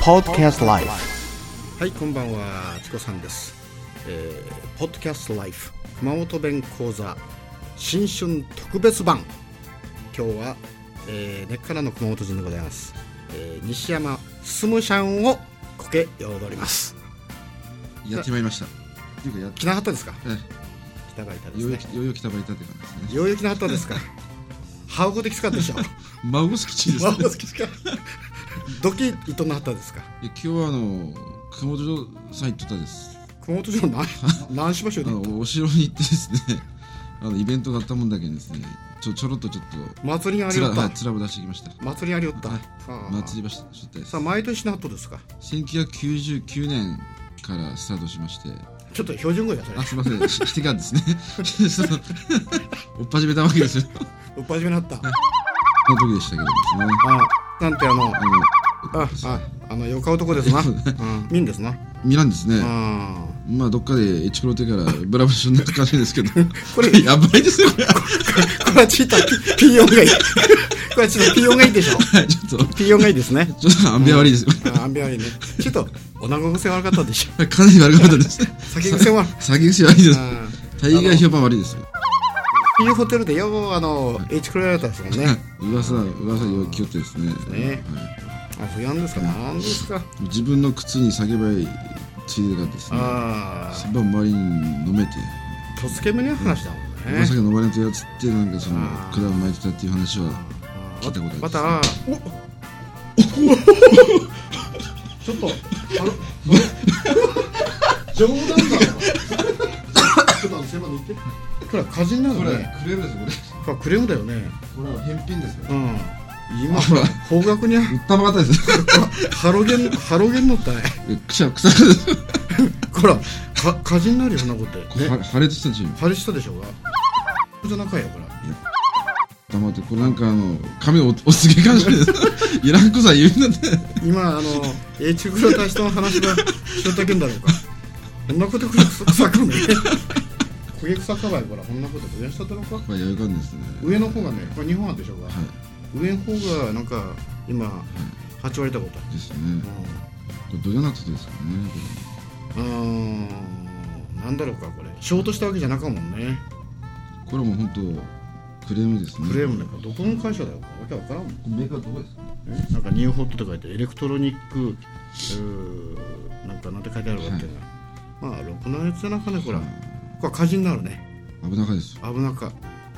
Podcast Life はいこんばんはチコさんです、えー、ポッドキャストライフ熊本弁講座新春特別版今日は、えー、根っからの熊本人でございます、えー、西山進むシャンをこけようどりますやっちまいました。っていうかやっ北なはったですかえ北がいたでえ、すようねやきようやきたばいたって感じですね。ようやきなはったです かハウゴできつかったでしょ孫好きです、ね。ハウいゴやできつか ドキッとなはったですか今日はあの熊本さん行っとったです。熊本城 何何しましょうあねのお城に行ってですね、 あのイベントがあったもんだけにですね、ちょちょろっとちょっ祭りがあとりよつらったはいつらを出してきました。祭りありよったはいあー祭り場所です。さあ毎年なはったですか1999年からスタートしまして、ちょっと標準語やそれあすみません、ししてかんですね。 そう追っ始めたわけですよ。 おっぱじめになった。あの時でしたけどですね。あ、なんてあの、あのあ、あ、あの、よか男ですな。うん、いいんですな。ミランですね。あまあどっかでエチクロテからブラブラしになった感じですけどこれ やばいですよこれはあ、これはちょっとピピヨンがいい。これはちょっとピヨンがいいでしょ。い ちょっとピヨンがいいですね。ちょっとアンビア悪いですよ、 あ、アンビアリね。ちょっと、おなご癖悪かったでしょ。かなり悪かったです酒癖は。先癖悪いですあ大概評判悪いですよピヨンホテルでよう、あの、エイチクラやったですもんね。噂噂に気をつけてですねねはあ、不安ですか。なんですか。い、自分の靴に酒ばいついでがですねああ、一番周りに飲めて、とつけむね話だもんおね。酒飲まれたやつってなんかそのあー管を巻いてたっていう話は聞いたことありまますた、あーおちょっと、あの、冗談だろ。ちょっとあの、狭めて。これは歌人なのね。クレームですこれはクレームだよね。これこれは返品 ですようん。今、ほら、方角にあ売ったばかったです よハロゲン、ハロゲンのったい。くしゃくさくですほら、か歌人になるよ、そんなこと。ね、は破裂したチーム晴れしたでしょうが。じゃなかいよ、これ。黙ってこれなんかあの髪をおおすげ感 じですいらんこさ言うんだって今あの A 中黒大使との話はしとったけんだろうかこんなことくら草かんね焦げ草かばいからこんなことどうやしたったのかこれやるかんですね上の方がねこれ日本あるでしょうが、はい上の方がなんか今8割だことですねこれどうなってですかねうんうーんなんだろうかこれショートしたわけじゃなかもんねこれこれもう本当クレームですねクレームなんかどこの会社だよわけわからんもんメーカーどこですかねなんかニューホットって書いてエレクトロニックうーなんかなんて書いてあるわけだ、まあろくなやつじゃなかねこれはこれは火事になるね危なかったです危なか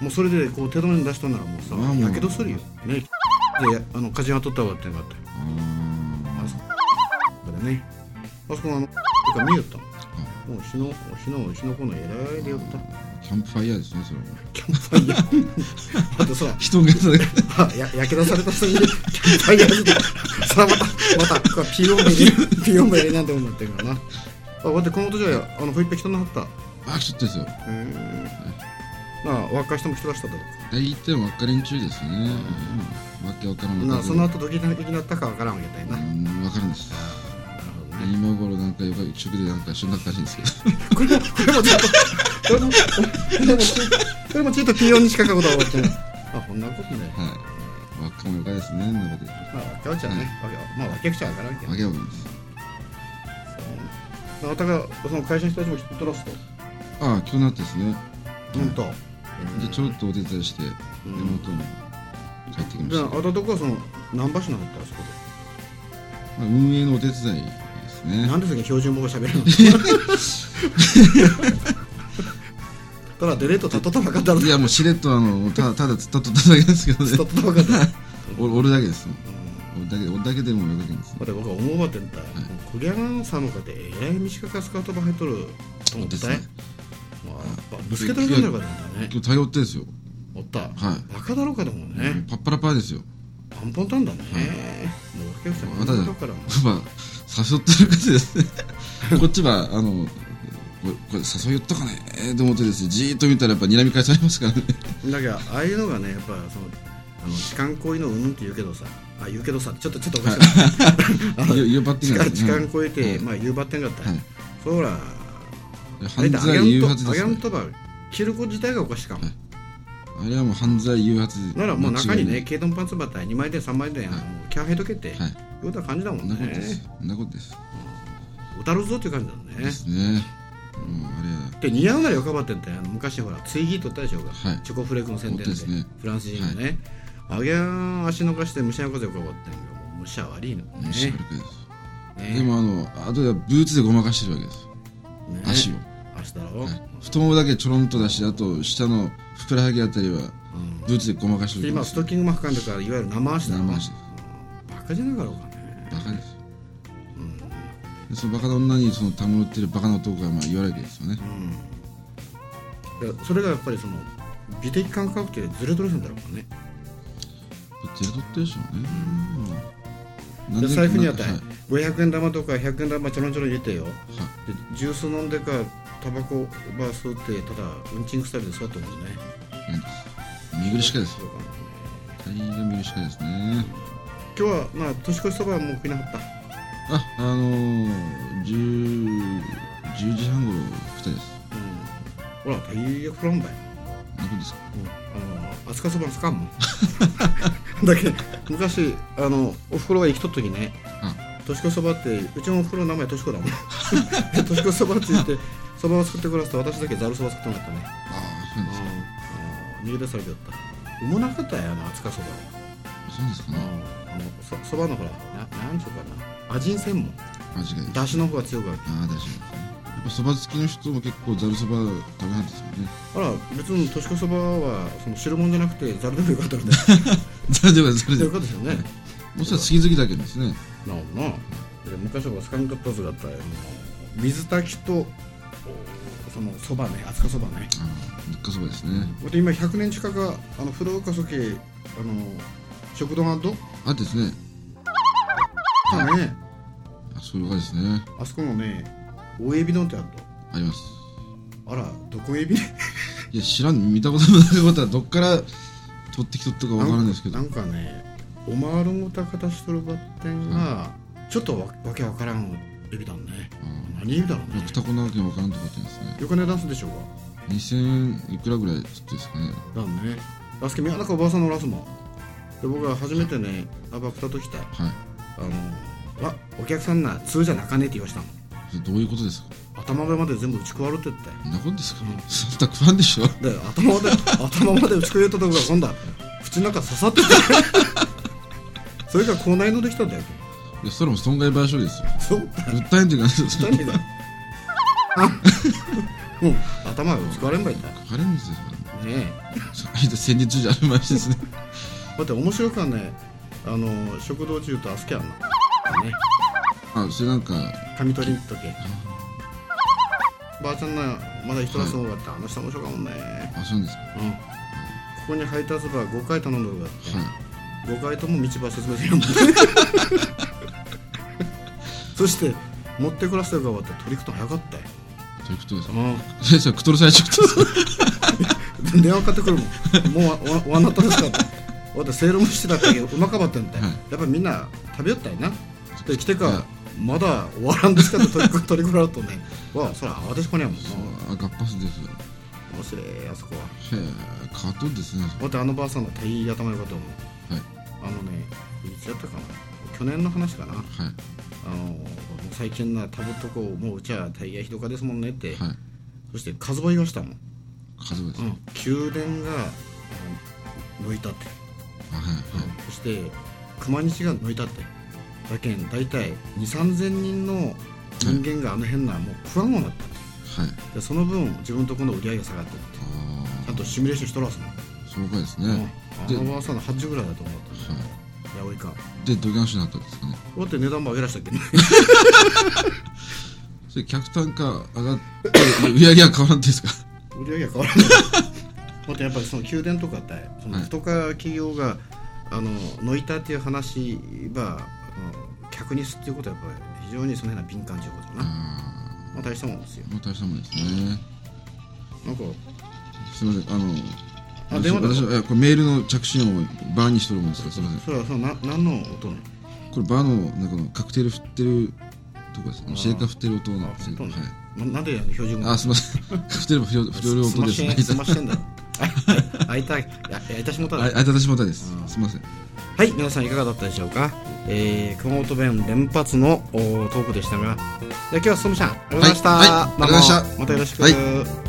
もうそれでこう手のに出したならもうさまあもうやけどするよねであの火事が取ったわってなってあーあそこだねあそこのあのとか見よったもんもう死の死の死の子の偉いでよったキャンプファイヤーですねそれはキャンプファイヤーあとさ人がさあややけどされた人にキャンプファイヤーでさあまたまたこれピヨンベリピヨンベリなんて思ってるからなあ待ってこの音じゃあのホイッペ人なかっ あちょっとですよたうーんまあ若い人も人出しただろう大体分かれん中ですねうんわけわからんなわその後どきなきになったかわからんわけだような、なるん分かるんですほどね今頃なんかよく食でなんか一緒になったらしいんです けどこれもこれもちょっとこれもこれもちょっとこれもちょっとピヨンに近かことは終わっちゃうまあこんなことねはいわっかもよかですねなのでまあわけわちゃねわけわまあわけわちゃわからんけどわけわかんないですまたがその会社の人たちもきっとトラストああ今日なってですねうんとでちょろっとお手伝いして、うん根元に帰ってきまじしゃた、ああたとこはその何橋なのってあそこまあ、運営のお手伝いですでねなんですげえ標準語が喋るの ただデレートたっとったなかったらいやもうしれっとあのた ただ突っ立っとっただけですけどたねっとったなかったらお俺だけですもん俺だけ俺だけでもよかけんですまだ僕は思うばってんだ、クリアンさんの方でえらい短かスカートば入っとると思っでてすたいねまあ、やっぱぶつけたらどうなるかと思ったね今日対応ってですよ、おった、はバカだろうかと思うね、パッパラパーですよパンポンたんだね、もうお客さんまだこんなとこからもまあ 誘ってる感じ ですねこっちはあのこれこれ誘いよったかねえーと思ってですねじーっと見たらやっぱ睨み返されますからねだけどああいうのがねやっぱそのあの痴漢行為のうんぬんって言うけどさあ言うけどさちょっとちょっとおかしいなあのいやいやバッティングな痴んで痴すね漢行為って、はいまあ言うばってんかった、はいそほら犯罪誘発あでげすんねとば切る子自体がおかしいかも、はいあれはもう犯罪誘発ならもう中に間違ねい軽トンパンツバター2枚で3枚で、あのキャフェどけて、ないはいような感じだもそんんなことねですそんなことです歌るぞっていう感じだもんねですねもうあれはで似合うならよかばってんってあの昔ほらツイギー取ったでしょうが、はいチョコフレークの宣伝で本当ですねフランス人がね、あげゃーん足のかしてむしゃの風よかばってんがもうむしゃ悪いのね面白いわけですでねもあのあとではブーツでごまかしてるわけですね足を足だろ、はい太ももだけちょろんと出しあと下のふくらはぎあたりはうんブーツでごまかしてでる今わストッキングも履かんだからいわゆる生足だろ生足でうすんバカじゃなかろうかねけですバカですでそのバカな女にそのたむろってるバカな男がまあ言われるわけですよねだからそれがやっぱりその美的感覚ってずれとれすんだろうからねこっち雇ってるでしょうねうんなんでで財布にあったならんか500円玉とか100円玉ちょろんちょろん入れてよはいはいでジュース飲んでかタバコば吸ってただうんちんくされて座ってもんねなんです見苦しかですそうかもね大変見苦しかですね今日はまあ年越しそばはもう食いなかったああのー、10, 10時半ごろ来たですほら大悪フランバイ何個ですかあの扱いそばのつかんもんだけど昔あのおふくろが生きとった時ねあ年越しそばってうちのおふくろの名前年子だも ん年越しそばって言ってそばを作ってくらすと私だけざるそば作ってもらったねああそうなんですかうん逃げ出されてやったうもなかったよあの厚かそばそうですかねあのそそばのほらななんちゅうかな味ん専門間違いですだしの方が強くあるああ大丈夫ですねやっぱそば好きの人も結構ざるそば食べはんですよねあら別に年越しそばはその汁物じゃなくてざるでもよかったのでざるではざるでよかったですよねもしかしたら好き好きだけですねなおなで昔はスカンカットズがあったらもう水炊きとそのそばね厚かそばねああ日課そばですねで今100年近くはあの古岡家あの食堂なんとあですねだねあそういう感じですねあそこのね大エビ丼ってあるありますとあらどこエビいや知らん見たこともないことはどっから取ってきとったかわからんですけどなはんかねおまわるごた形とるばってんが、ちょっとわわけわからんエビだね、ん何エビだろうねくたこなわけわからんとかってですねよく値段するでしょう2000いくらぐらいちょっとですかねがだねあすけみやなかおばあさんのラスもで僕は初めてねあばくたときたはいあのわお客さんな通じゃ泣かねえって言わしたのそれどういうことですか頭まで全部打ち食わるって言ってそんなことですかそんな食わんでしょで頭まで 頭まで打ち食えたとこが今度は口の中刺さって てそれが口内のできたんだよいやそれも損害賠償ですよそう訴えんというかそれ何だ もう頭が疲れんばいったねかかれんですよえそれ戦日じゃあるまいしですねだって面白くはねあの食堂中とアスキャンのねあそれなんか紙取りに行っとけばあちゃんなまだ人がすごかった、あの人面白かもんねあそうなんですかはうんここに配達場5回頼んだことがいあって5回とも道場説明す るもんねそして持ってくらせてる側って取り行くと早かったよ、ということですうん先生クトル最初と電話かかってくるもん。もう終わ終わんなったですかって。わた正論してたったけど、うまかばったんだよはいやっぱみんな食べよったよな。で、来てから、まだ終わらんですかって取り取り食らうとね。わあ、そら慌てしこねやもんな。あガッパスです面白い、あそこは。へえカートンですねわたあのばあさんの手いい頭よかと思う。はいあのね、いつやったかな。去年の話かな。はいあの、もう最近な、食べとこ、もううちは大概ひどかですもんねって。はいそして、数ば言わしたもん。数ですうはん。宮殿が、あの向いたって。いはいそして熊西が抜いたってだけん大体2 3千人の人間があの辺なもう食わんもんだったんではいすでその分自分とこの売り上げが下がってるってちゃあんとシミュレーションしとらすの、あそうかですねうんであのばあさんの80ぐらいだと思うとはいやおいかでドギャンシュになったんですかねだって値段も上げらしたっけねそれ客単価上がって売り上げは変わらんですか売り上げは変わ らないだってやっぱりその宮殿とかってそのはい太川企業が、あの抜いたっていう話はあの客にすっていうことはやっぱり非常にその辺は敏感ということだな、あまあ大したもんですよあもう大したもんですねなんかすみませんあのあ私電話だ私はいやこれメールの着信音をバーにしとるもんですからすみませんそれはそのな何の音なのこれバーのなんかのカクテル振ってるとこですあーシェイカー振ってる音なんあです本け当どねはいななんであの標準語あすみませんカクテルも振る振るす音まですしね てんすましてんだあいたいやいやいたしもたあだあいただしまたですあ。ーすみません。はい皆さんいかがだったでしょうか、えー、熊本弁連発のおートークでしたがじゃあ今日はすとむちゃんありがとうございました、はいはいありがとうございましたどもまたよろしく、はい